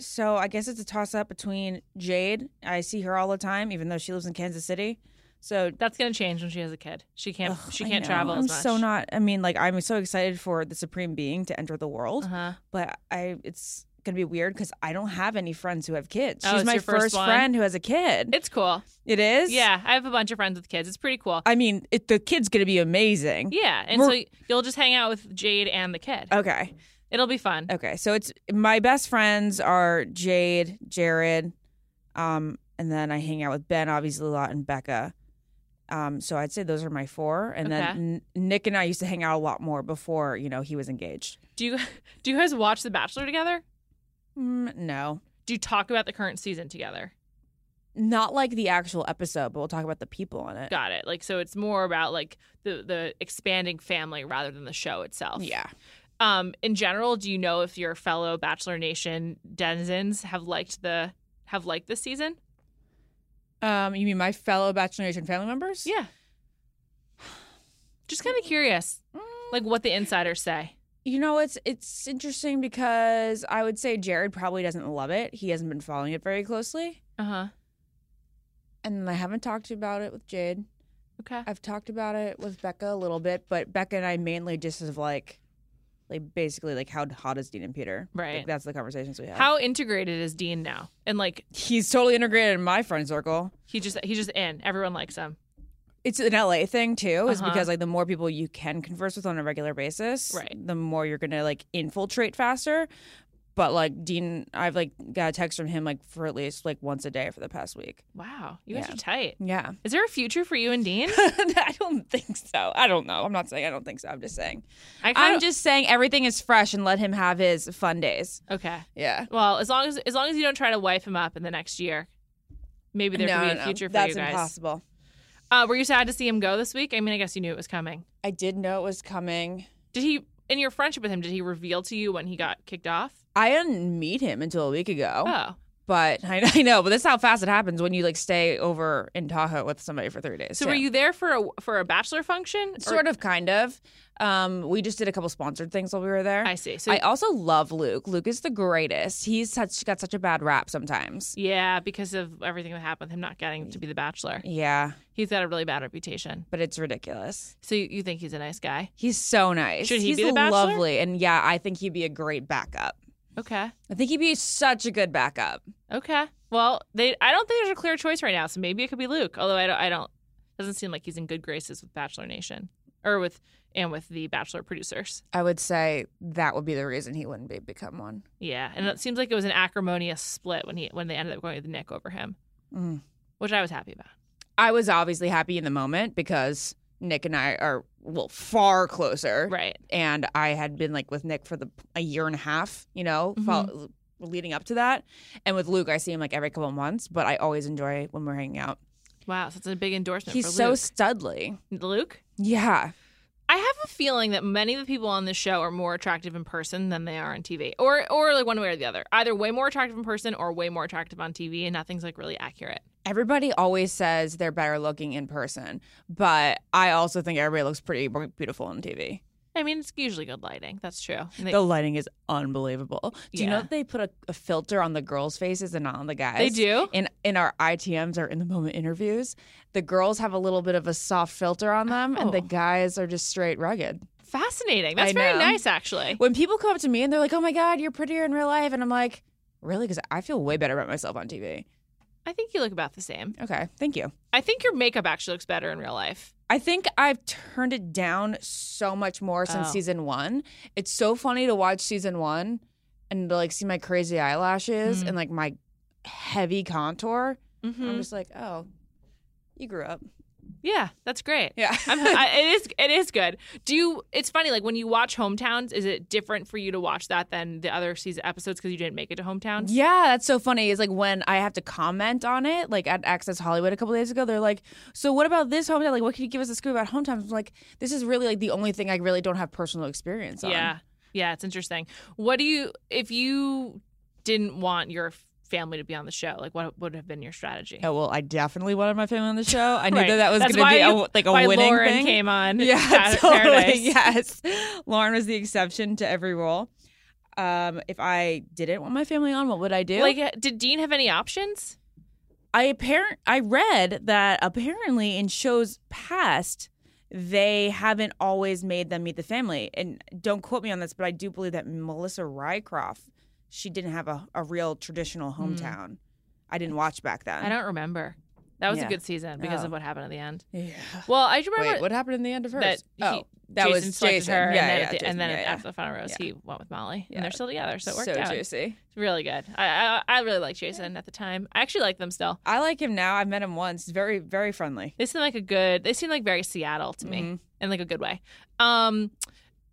B: so I guess it's a toss up between Jade. I see her all the time, even though she lives in Kansas City. So
A: That's gonna change when she has a kid. She can't.
B: ugh,
A: she
B: I
A: can't
B: know.
A: travel
B: I'm
A: as much.
B: so not. I mean, like I'm so excited for the Supreme Being to enter the world,
A: Uh-huh.
B: but I it's gonna be weird because I don't have any friends who have kids.
A: Oh,
B: She's
A: it's
B: my
A: your first one?
B: friend who has a kid.
A: It's cool.
B: it is.
A: Yeah, I have a bunch of friends with kids. It's pretty cool.
B: I mean, it, the kid's gonna be amazing.
A: Yeah, and
B: Um, We're- Uh,
A: so you'll just hang out with Jade and the kid.
B: Okay.
A: It'll be fun.
B: Okay, so it's my best friends are Jade, Jared, um, and then I hang out with Ben obviously a lot and Becca. Um, so I'd say those are my four, and
A: Okay.
B: then N- Nick and I used to hang out a lot more before you know he was engaged.
A: Do you [LAUGHS] do you guys watch The Bachelor together?
B: Mm, no,
A: Do you talk about the current season together?
B: not like the actual episode, but we'll talk about the people in it.
A: Got it. Like so, it's more about like the the expanding family rather than the show itself.
B: Yeah,
A: Um. In general, do you know if your fellow Bachelor Nation denizens have liked the have liked this season?
B: um, you mean my fellow Bachelor Nation family members?
A: Yeah. Just kind of curious,
B: Mm.
A: like what the insiders say.
B: You know, it's it's interesting because I would say Jared probably doesn't love it. He hasn't been following it very closely,
A: Uh huh.
B: and I haven't talked about it with Jade.
A: Okay.
B: I've talked about it with Becca a little bit, but Becca and I mainly just have like, like basically like how hot is Dean and Peter?
A: Right.
B: Like, that's the conversations we have.
A: How integrated is Dean now? And like
B: he's totally integrated in my friend circle.
A: he just he's just in. Everyone likes him.
B: It's an LA thing too, is
A: Uh-huh.
B: because like the more people you can converse with on a regular basis,
A: Right.
B: the more you're gonna like infiltrate faster. But like Dean, I've like got a text from him like for at least like once a day for the past week.
A: Wow, you guys
B: Yeah.
A: are tight.
B: Yeah,
A: Is there a future for you and Dean?
B: [LAUGHS] I don't think so. I don't know. I'm not saying I don't think so. I'm just saying.
A: I kind
B: I'm
A: of
B: just saying everything is fresh and let him have his fun days.
A: okay.
B: Yeah.
A: Well, as long as as long as you don't try to wife him up in the next year, maybe there could be a future for
B: that's
A: you guys.
B: impossible.
A: Uh, were you sad to see him go this week? I mean, I guess you knew it was coming.
B: I did know it was coming.
A: Did he in your friendship with him? Did he reveal to you when he got kicked off?
B: I didn't meet him until a week ago,
A: Oh,
B: but [LAUGHS] I, I know. But that's how fast it happens when you like stay over in Tahoe with somebody for three days.
A: so were
B: yeah.
A: you there for a for a bachelor function?
B: sort of, kind of? Um, we just did a couple sponsored things while we were there.
A: I see. So
B: I also love Luke. Luke is the greatest. He's such got such a bad rap sometimes.
A: yeah, because of everything that happened, him not getting to be the bachelor,
B: Yeah,
A: he's got a really bad reputation.
B: but it's ridiculous.
A: So you, you think he's a nice guy?
B: He's so nice.
A: Should he
B: He's
A: be the Bachelor?
B: lovely, and yeah, I think he'd be a great backup.
A: Okay.
B: I think he'd be such a good backup.
A: Okay. Well, they I don't think there's a clear choice right now, so maybe it could be Luke. Although I don't I don't doesn't seem like he's in good graces with Bachelor Nation or with and with the Bachelor producers.
B: I would say that would be the reason he wouldn't be become one.
A: Yeah, and it seems like it was an acrimonious split when he when they ended up going with Nick over him,
B: Mm.
A: which I was happy about.
B: I was obviously happy in the moment because Nick and I are well far closer,
A: Right.
B: Mm-hmm. and I had been like with Nick for the a year and a half, you know, fol- leading up to that. And with Luke, I see him like every couple months, but I always enjoy when we're hanging out.
A: Wow, so it's a big endorsement
B: He's
A: for
B: so
A: Luke.
B: studly.
A: Luke?
B: Yeah.
A: I have a feeling that many of the people on this show are more attractive in person than they are on TV, or or like one way or the other. Either way more attractive in person or way more attractive on TV, and nothing's like really accurate.
B: Everybody always says they're better looking in person, but I also think everybody looks pretty beautiful on TV.
A: I mean, it's usually good lighting. That's true. And They,
B: The lighting is unbelievable. Do you know
A: Yeah.
B: that they put a, a filter on the girls' faces and not on the guys?
A: they do.
B: In in our ITMs or in the moment interviews, the girls have a little bit of a soft filter on them, and the
A: Oh.
B: guys are just straight rugged.
A: Fascinating. That's
B: I
A: very
B: know.
A: nice, actually.
B: When people come up to me and they're like, "Oh my god, you're prettier in real life," and I'm like, "Really?" Because I feel way better about myself on TV.
A: I think you look about the same.
B: Okay, thank you.
A: I think your makeup actually looks better in real life.
B: I think I've turned it down so much more since
A: Oh.
B: season one. It's so funny to watch season one and to, like see my crazy eyelashes
A: Mhm.
B: and like my heavy contour. I'm
A: Mhm.
B: just like, oh, you grew up.
A: Yeah, that's great.
B: [LAUGHS] Yeah.
A: I'm, I, it is. It is good. Do you? It's funny. Like when you watch Hometowns, is it different for you to watch that than the other season episodes because you didn't make it to Hometowns?
B: yeah, that's so funny. Is like when I have to comment on it, like at Access Hollywood a couple days ago, they're like, so what about this hometown? Like, what can you give us a scoop about hometown? I'm like, this is really like the only thing I really don't have personal experience on.
A: Yeah. Yeah, it's interesting. What do you if you didn't want your family to be on the show? Like what would have been your strategy?
B: Oh, well, I definitely wanted my family on the show.
A: [LAUGHS]
B: I knew
A: Right.
B: that that was
A: That's
B: going to be
A: why
B: a,
A: you-
B: like a
A: Why
B: winning
A: Lauren
B: thing. [LAUGHS]
A: came on?
B: Yeah,
A: Pat-
B: totally.
A: Paradise.
B: Yes. Lauren was the exception to every rule. Um, if I didn't want my family on, what would I do?
A: Like, uh, did Dean have any options?
B: I apparent I read that apparently in shows past they haven't always made them meet the family. And don't quote me on this, but I do believe that Melissa Rycroft, she didn't have a, a real traditional
A: Hmm.
B: hometown. I didn't watch back then.
A: I don't remember. That was
B: Yeah.
A: a good season because
B: Oh.
A: of what happened at the end.
B: Yeah.
A: Well, I do remember
B: Wait, what happened in the end of hers?
A: that he-
B: oh, that
A: Jason
B: was
A: selected
B: Jason.
A: her,
B: yeah,
A: and then,
B: yeah,
A: at the,
B: Jason.
A: and then
B: yeah, yeah.
A: after the final rose, he went with Molly,
B: Yeah.
A: and they're still together, so it worked
B: so
A: out.
B: juicy.
A: It's really good. I, I I really like Jason at the time. I actually like them still.
B: I like him now. I've met him once. He's very, very friendly.
A: They seem like a good. They seem like very Seattle to me.
B: Mhm.
A: in like a good way. Um,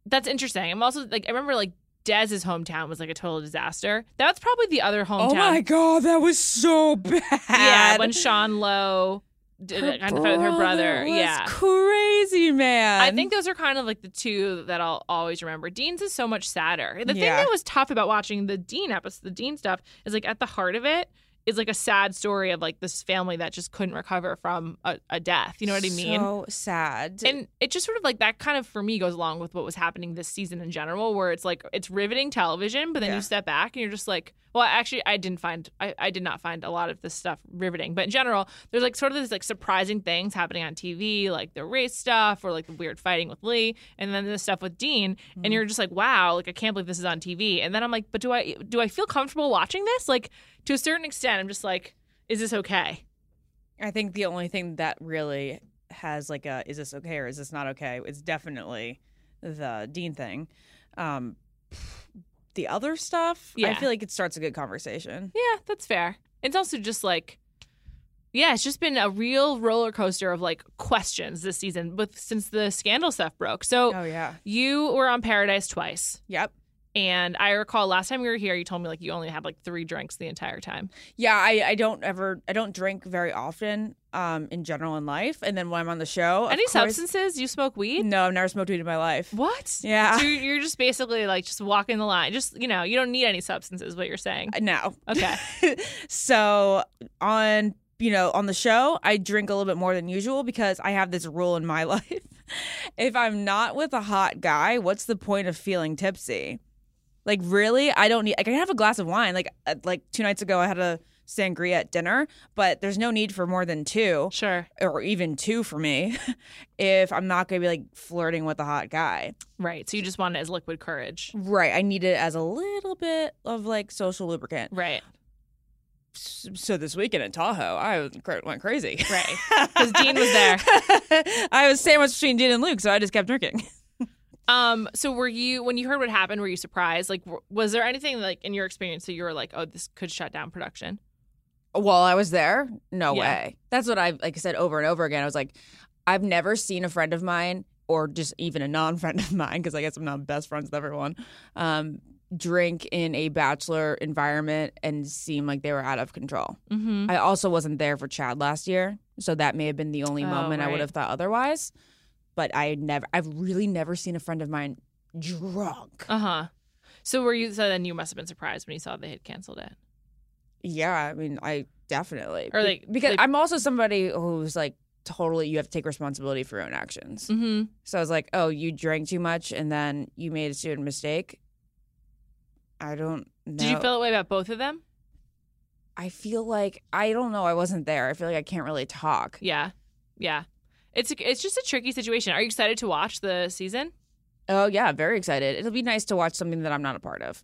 A: that's interesting. I'm also like I remember like Dez's hometown was like a total disaster. That's probably the other hometown.
B: Oh my god, that was so bad.
A: Yeah, when Sean Lowe did
B: Her
A: it, kind of fight with her brother.
B: was
A: Yeah.
B: crazy man.
A: I think those are kind of like the two that I'll always remember. Dean's is so much sadder. The thing
B: Yeah.
A: that was tough about watching the Dean episode, the Dean stuff, is like at the heart of it is like a sad story of like this family that just couldn't recover from a, a death. You know what I mean?
B: So sad.
A: and it just sort of like that kind of for me goes along with what was happening this season in general where it's like it's riveting television but then
B: Yeah.
A: you step back and you're just like well actually i didn't find I, I did not find a lot of this stuff riveting but in general there's like sort of this like surprising things happening on tv like the race stuff or like the weird fighting with lee and then the stuff with dean and you're just like wow like i can't believe this is on tv and then i'm like but do i do i feel comfortable watching this like to a certain extent i'm just like is this okay
B: I think the only thing that really has like a is this okay or is this not okay is definitely the Dean thing. Um, [SIGHS] the other stuff, I
A: Yeah.
B: feel like it starts a good conversation.
A: Yeah, that's fair. It's also just like, yeah, it's just been a real roller coaster of like questions this season, with since the scandal stuff broke. So
B: Oh yeah.
A: you were on Paradise twice,
B: Yep.
A: and I recall last time we were here, you told me like you only had like three drinks the entire time.
B: Yeah, I, I don't ever I don't drink very often um in general in life and then when I'm on the show of
A: Any
B: course-
A: substances? You smoke weed?
B: No, I've never smoked weed in my life.
A: What?
B: Yeah. [LAUGHS]
A: So you're you're just basically like just walking the line. Just you know, you don't need any substances. What you're saying?
B: No. [LAUGHS]
A: Okay.
B: so on you know on the show i drink a little bit more than usual because i have this rule in my [LAUGHS] life if i'm not with a hot guy what's the point of feeling tipsy like really i don't need i can have a glass of wine like uh, like two nights ago i had a sangria at dinner but there's no need for more than two
A: Sure.
B: or even two for me [LAUGHS] if i'm not gonna be like flirting with a hot guy
A: Right. So you just want it as liquid courage.
B: right i need it as a little bit of like social lubricant [LAUGHS]
A: Right.
B: S- so this weekend in Tahoe, I was cra- went [LAUGHS] crazy.
A: Right. Because Dean was there.
B: [LAUGHS] I was sandwiched between Dean and Luke, so I just kept drinking. [LAUGHS]
A: Um. So were you when you heard what happened? Were you surprised? Like, w- was there anything like in your experience that you were like, oh, this could shut down production?
B: While I was there, no
A: Yeah.
B: way. That's what I like I said over and over again. I was like, I've never seen a friend [LAUGHS] of mine, or just even a non-friend of mine, because I guess I'm not best friends with everyone, um, drink in a bachelor environment and seem like they were out of control.
A: Mm-hmm.
B: I also wasn't there for Chad last year, so that may have been the only
A: Oh,
B: moment I
A: right.
B: would have thought otherwise. But I never, I've really never seen a friend of mine drunk.
A: Uh huh. So were you? So then you must have been surprised when you saw they had canceled it.
B: Yeah, I mean, I definitely.
A: Or,
B: Be-
A: like-
B: because
A: like-
B: I'm also somebody who's like totally, you have to take responsibility for your own actions.
A: Mm-hmm.
B: So I was like, oh, you drank too much and then you made a student mistake. I don't know.
A: Did you feel that way about both of them?
B: I feel like I don't know. I wasn't there. I feel like I can't really talk.
A: Yeah, yeah. It's it's just a tricky situation. Are you excited to watch the
B: [LAUGHS]
A: season?
B: Oh yeah, very excited. It'll be nice to watch something that I'm not a
A: [LAUGHS]
B: part of.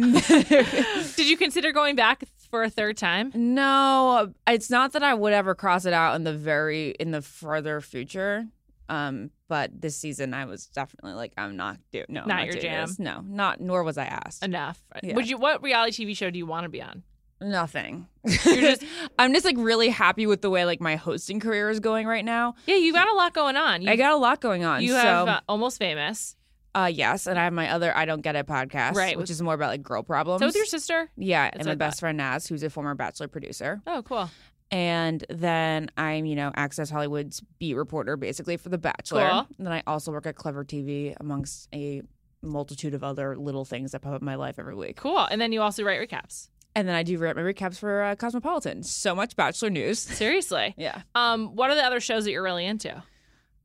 A: Did you consider going back for a third time?
B: no, it's not that I would ever cross it out in the very in the further future. Um, but this season I was definitely like, I'm not doing. No, I'm
A: Not your
B: doing
A: jam.
B: this. No, not. Nor was I asked.
A: Enough.
B: Yeah.
A: Would you? What reality TV show do you want to be on?
B: Nothing. [LAUGHS]
A: just-
B: I'm just like really happy with the way like my hosting career is going right now.
A: Yeah, you got a lot going on. You,
B: I got a lot going on.
A: You
B: so,
A: have uh, almost famous.
B: Uh, yes, and I have my other I don't get it podcast,
A: Right,
B: which
A: with-
B: is more about like girl problems.
A: So with your sister.
B: yeah,
A: what
B: and
A: I
B: my
A: thought.
B: best friend Naz, who's a former Bachelor producer,
A: Oh, cool.
B: and then I'm you know Access Hollywood's beat reporter basically for the Bachelor.
A: Cool.
B: And then I also work at Clever TV amongst a multitude of other little things that pop up in my life every week.
A: Cool. And then you also write recaps.
B: And then I do write my recaps for uh, Cosmopolitan. So much Bachelor news.
A: Seriously.
B: Yeah,
A: Um, what are the other shows that you're really into?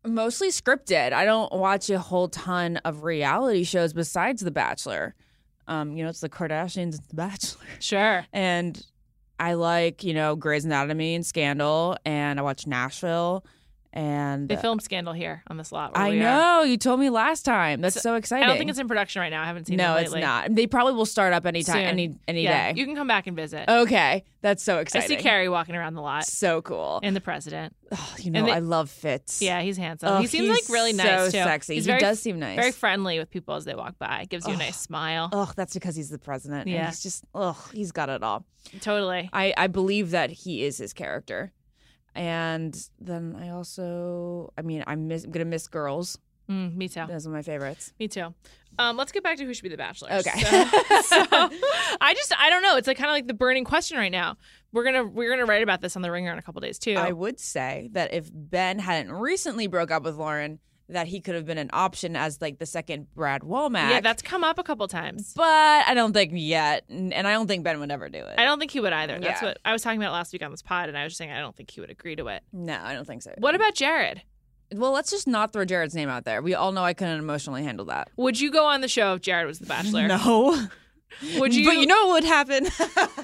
B: mostly scripted. I don't watch a whole ton of reality shows besides The Bachelor. Um, you know, it's the Kardashians, it's The Bachelor.
A: Sure.
B: and I like you know Grey's Anatomy and Scandal, and I watch Nashville, and
A: They filmed Scandal here on this lot. where
B: I
A: we are.
B: know you told me last time. That's
A: So-
B: so, exciting.
A: I don't think it's in production right now. I haven't seen
B: no,
A: it
B: it's
A: lately.
B: not. They probably will start up anytime,
A: Soon.
B: any any
A: yeah,
B: day.
A: you can come back and visit.
B: okay, that's so
A: I
B: exciting.
A: see Carrie walking around the lot
B: So cool.
A: and the president.
B: Oh, you know,
A: and they-
B: I love Fitz.
A: Yeah, he's handsome.
B: Oh,
A: he seems
B: he's
A: like really nice
B: so
A: too.
B: sexy.
A: He's
B: he
A: very,
B: does seem nice.
A: very friendly with people as they walk by. Gives you a
B: Ugh.
A: nice smile.
B: Oh, that's because he's the president. and
A: Yeah.
B: he's just oh, he's got it all.
A: Totally.
B: I, I believe that he is his character. And then I also, I mean, I'm, miss, I'm gonna miss Girls.
A: Mm, me too.
B: That's one of my favorites.
A: Me too. Um, let's get back to who should be the bachelor.
B: Okay.
A: So, so, I just I don't know. It's like kind of like the burning question right now. We're gonna we're gonna write about this on the Ringer in a couple days too.
B: I would say that if Ben hadn't recently broke up with Lauren, that he could have been an option as like the second Brad Womack.
A: yeah, that's come up a couple times.
B: But I don't think yet, and and I don't think Ben would ever do it.
A: I don't think he would either. That's
B: Yeah.
A: what I was talking about last week on this pod, and I was just saying I don't think he would agree to it.
B: No, I don't think so.
A: What about Jared?
B: Well, let's just not throw Jared's name out there. We all know I couldn't emotionally handle that.
A: Would you go on the show if Jared was the bachelor?
B: No.
A: Would you?
B: But you know what
A: [LAUGHS]
B: would happen?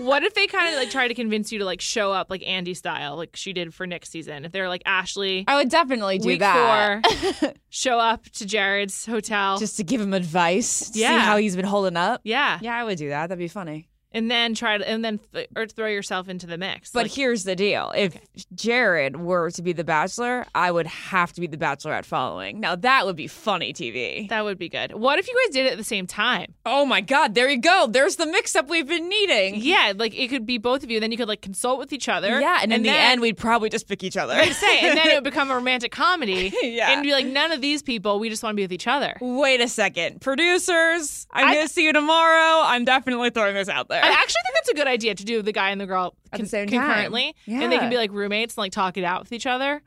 A: what if they kind of like try to convince you to like show up like Andy style, like she did for Nick's season? If they're like Ashley,
B: I would definitely do
A: week
B: that. [LAUGHS]
A: four, show up to Jared's hotel.
B: just to give him advice, to see
A: Yeah.
B: how he's been holding up.
A: yeah.
B: Yeah, I would do that. That'd be funny.
A: and then try to and then th- or throw yourself into the mix.
B: But
A: Like,
B: here's the deal: if Jared were to be the Bachelor, I would have to be the Bachelorette following. Now that would be funny TV.
A: that would be good. What if you guys did it at the same time?
B: oh my God! There you go. There's the mix-up we've been needing.
A: Yeah, like it could be both of you. Then you could like consult with each other.
B: Yeah, and in the
A: then-
B: end, we'd probably just pick each other.
A: I was gonna [LAUGHS] say, and then it would become a romantic comedy.
B: [LAUGHS] Yeah.
A: and be like, none of these people. We just want to be with each other.
B: [LAUGHS] Wait a second, producers! I'm
A: I-
B: gonna see you tomorrow. I'm definitely throwing this out there.
A: I actually think that's a good idea to do the guy and the girl
B: At the same time.
A: concurrently, and they
B: Yeah.
A: can be like roommates and like talk it out with each other.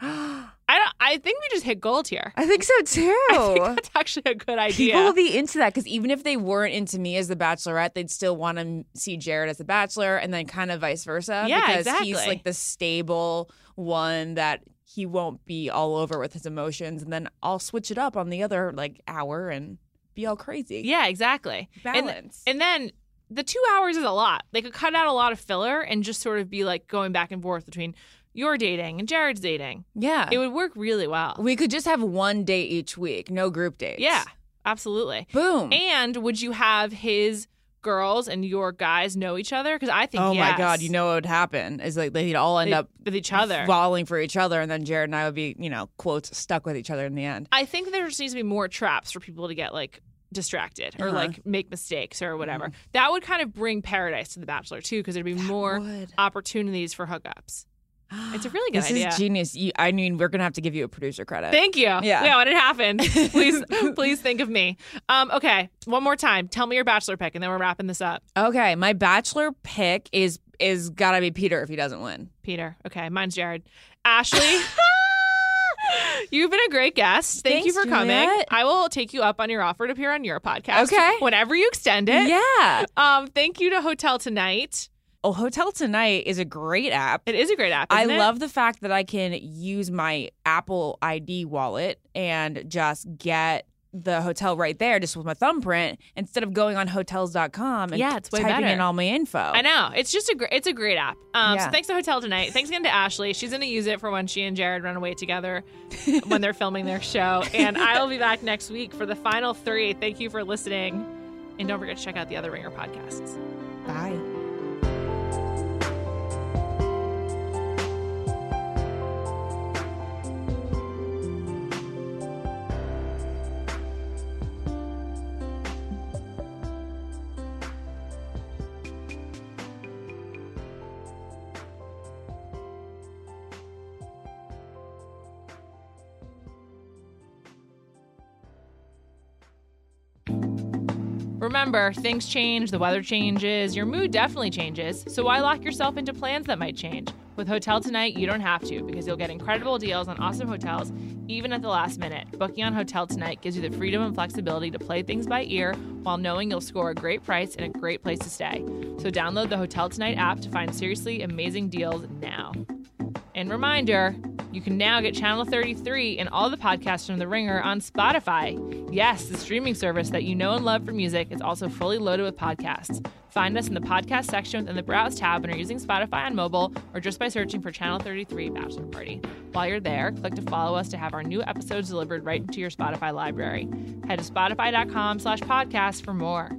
A: I don't. I think we just hit gold here. [LAUGHS]
B: [GASPS] I think so too.
A: I think that's actually a good idea.
B: Oh. People will be into that because even if they weren't into me as the Bachelorette, they'd still want to see Jared as the Bachelor, and then kind of vice versa.
A: Yeah,
B: because he's
A: exactly.
B: like the stable one that he won't be all over with his emotions, and then I'll switch it up on the other like hour and be all crazy.
A: yeah, exactly. And-
B: balance.
A: And then the two hours is a lot. They could cut out a lot of filler and just sort of be like going back and forth between your dating and Jared's dating.
B: yeah,
A: It would work really well.
B: we could just have one day each week, no group dates.
A: Yeah, absolutely.
B: boom.
A: And would you have his girls and your guys know each other? Because I think
B: oh my
A: yes.
B: God, you know what would happen is like they'd all end
A: They-
B: up
A: with each other.
B: falling for each other, and then Jared and I would be, you know, quotes stuck with each other in the end.
A: I think there just needs to be more traps for people to get like distracted or
B: Uh-huh. Mm-hmm.
A: like make mistakes or whatever. That would kind of bring paradise to The Bachelor too, because there'd be more
B: would.
A: opportunities for hookups. It's [GASPS] a really good
B: This
A: idea.
B: is genius. You, I mean, we're gonna have to give you a producer credit.
A: Thank you.
B: Yeah.
A: Yeah, when it
B: [LAUGHS]
A: happened, please, please think of me. Um, okay, one more time. Tell me your bachelor pick, and then we're wrapping this up.
B: okay, my bachelor pick is is gotta be Peter if he doesn't win.
A: Peter. Okay, mine's Jared.
B: [LAUGHS]
A: Ashley. You've been a great guest. Thank you
B: Thanks,
A: for coming.
B: Juliet.
A: I will take you up on your offer to appear on your podcast.
B: Okay.
A: Whenever you extend it.
B: Yeah.
A: Um, thank you to Hotel Tonight.
B: Oh, Hotel Tonight is a great app.
A: It is a great app.
B: I
A: isn't it?
B: love the fact that I can use my Apple ID wallet and just get the hotel right there just with my thumbprint instead of going on hotels.com and
A: Yeah, it's way
B: typing
A: better.
B: in all my info.
A: I know. It's just a great it's a great app. Um so
B: Yeah.
A: thanks to Hotel Tonight. Thanks again to Ashley. She's gonna use it for when she and Jared run away together when they're filming their show. And I will be back next week for the final three. Thank you for listening. And don't forget to check out the other Ringer podcasts.
B: Bye.
A: Remember, things change, the weather changes, your mood definitely changes, so why lock yourself into plans that might change? With Hotel Tonight, you don't have to because you'll get incredible deals on awesome hotels even at the last minute. Booking on Hotel Tonight gives you the freedom and flexibility to play things by ear while knowing you'll score a great price and a great place to stay. So download the Hotel Tonight app to find seriously amazing deals now. And reminder, you can now get Channel 33 and all the podcasts from The Ringer on Spotify. Yes, the streaming service that you know and love for music is also fully loaded with podcasts. Find us in the podcast section within the Browse tab when you're using Spotify on mobile or just by searching for Channel 33 Bachelor Party. While you're there, click to follow us to have our new episodes delivered right into your Spotify library. Head to spotify.com slash podcast for more.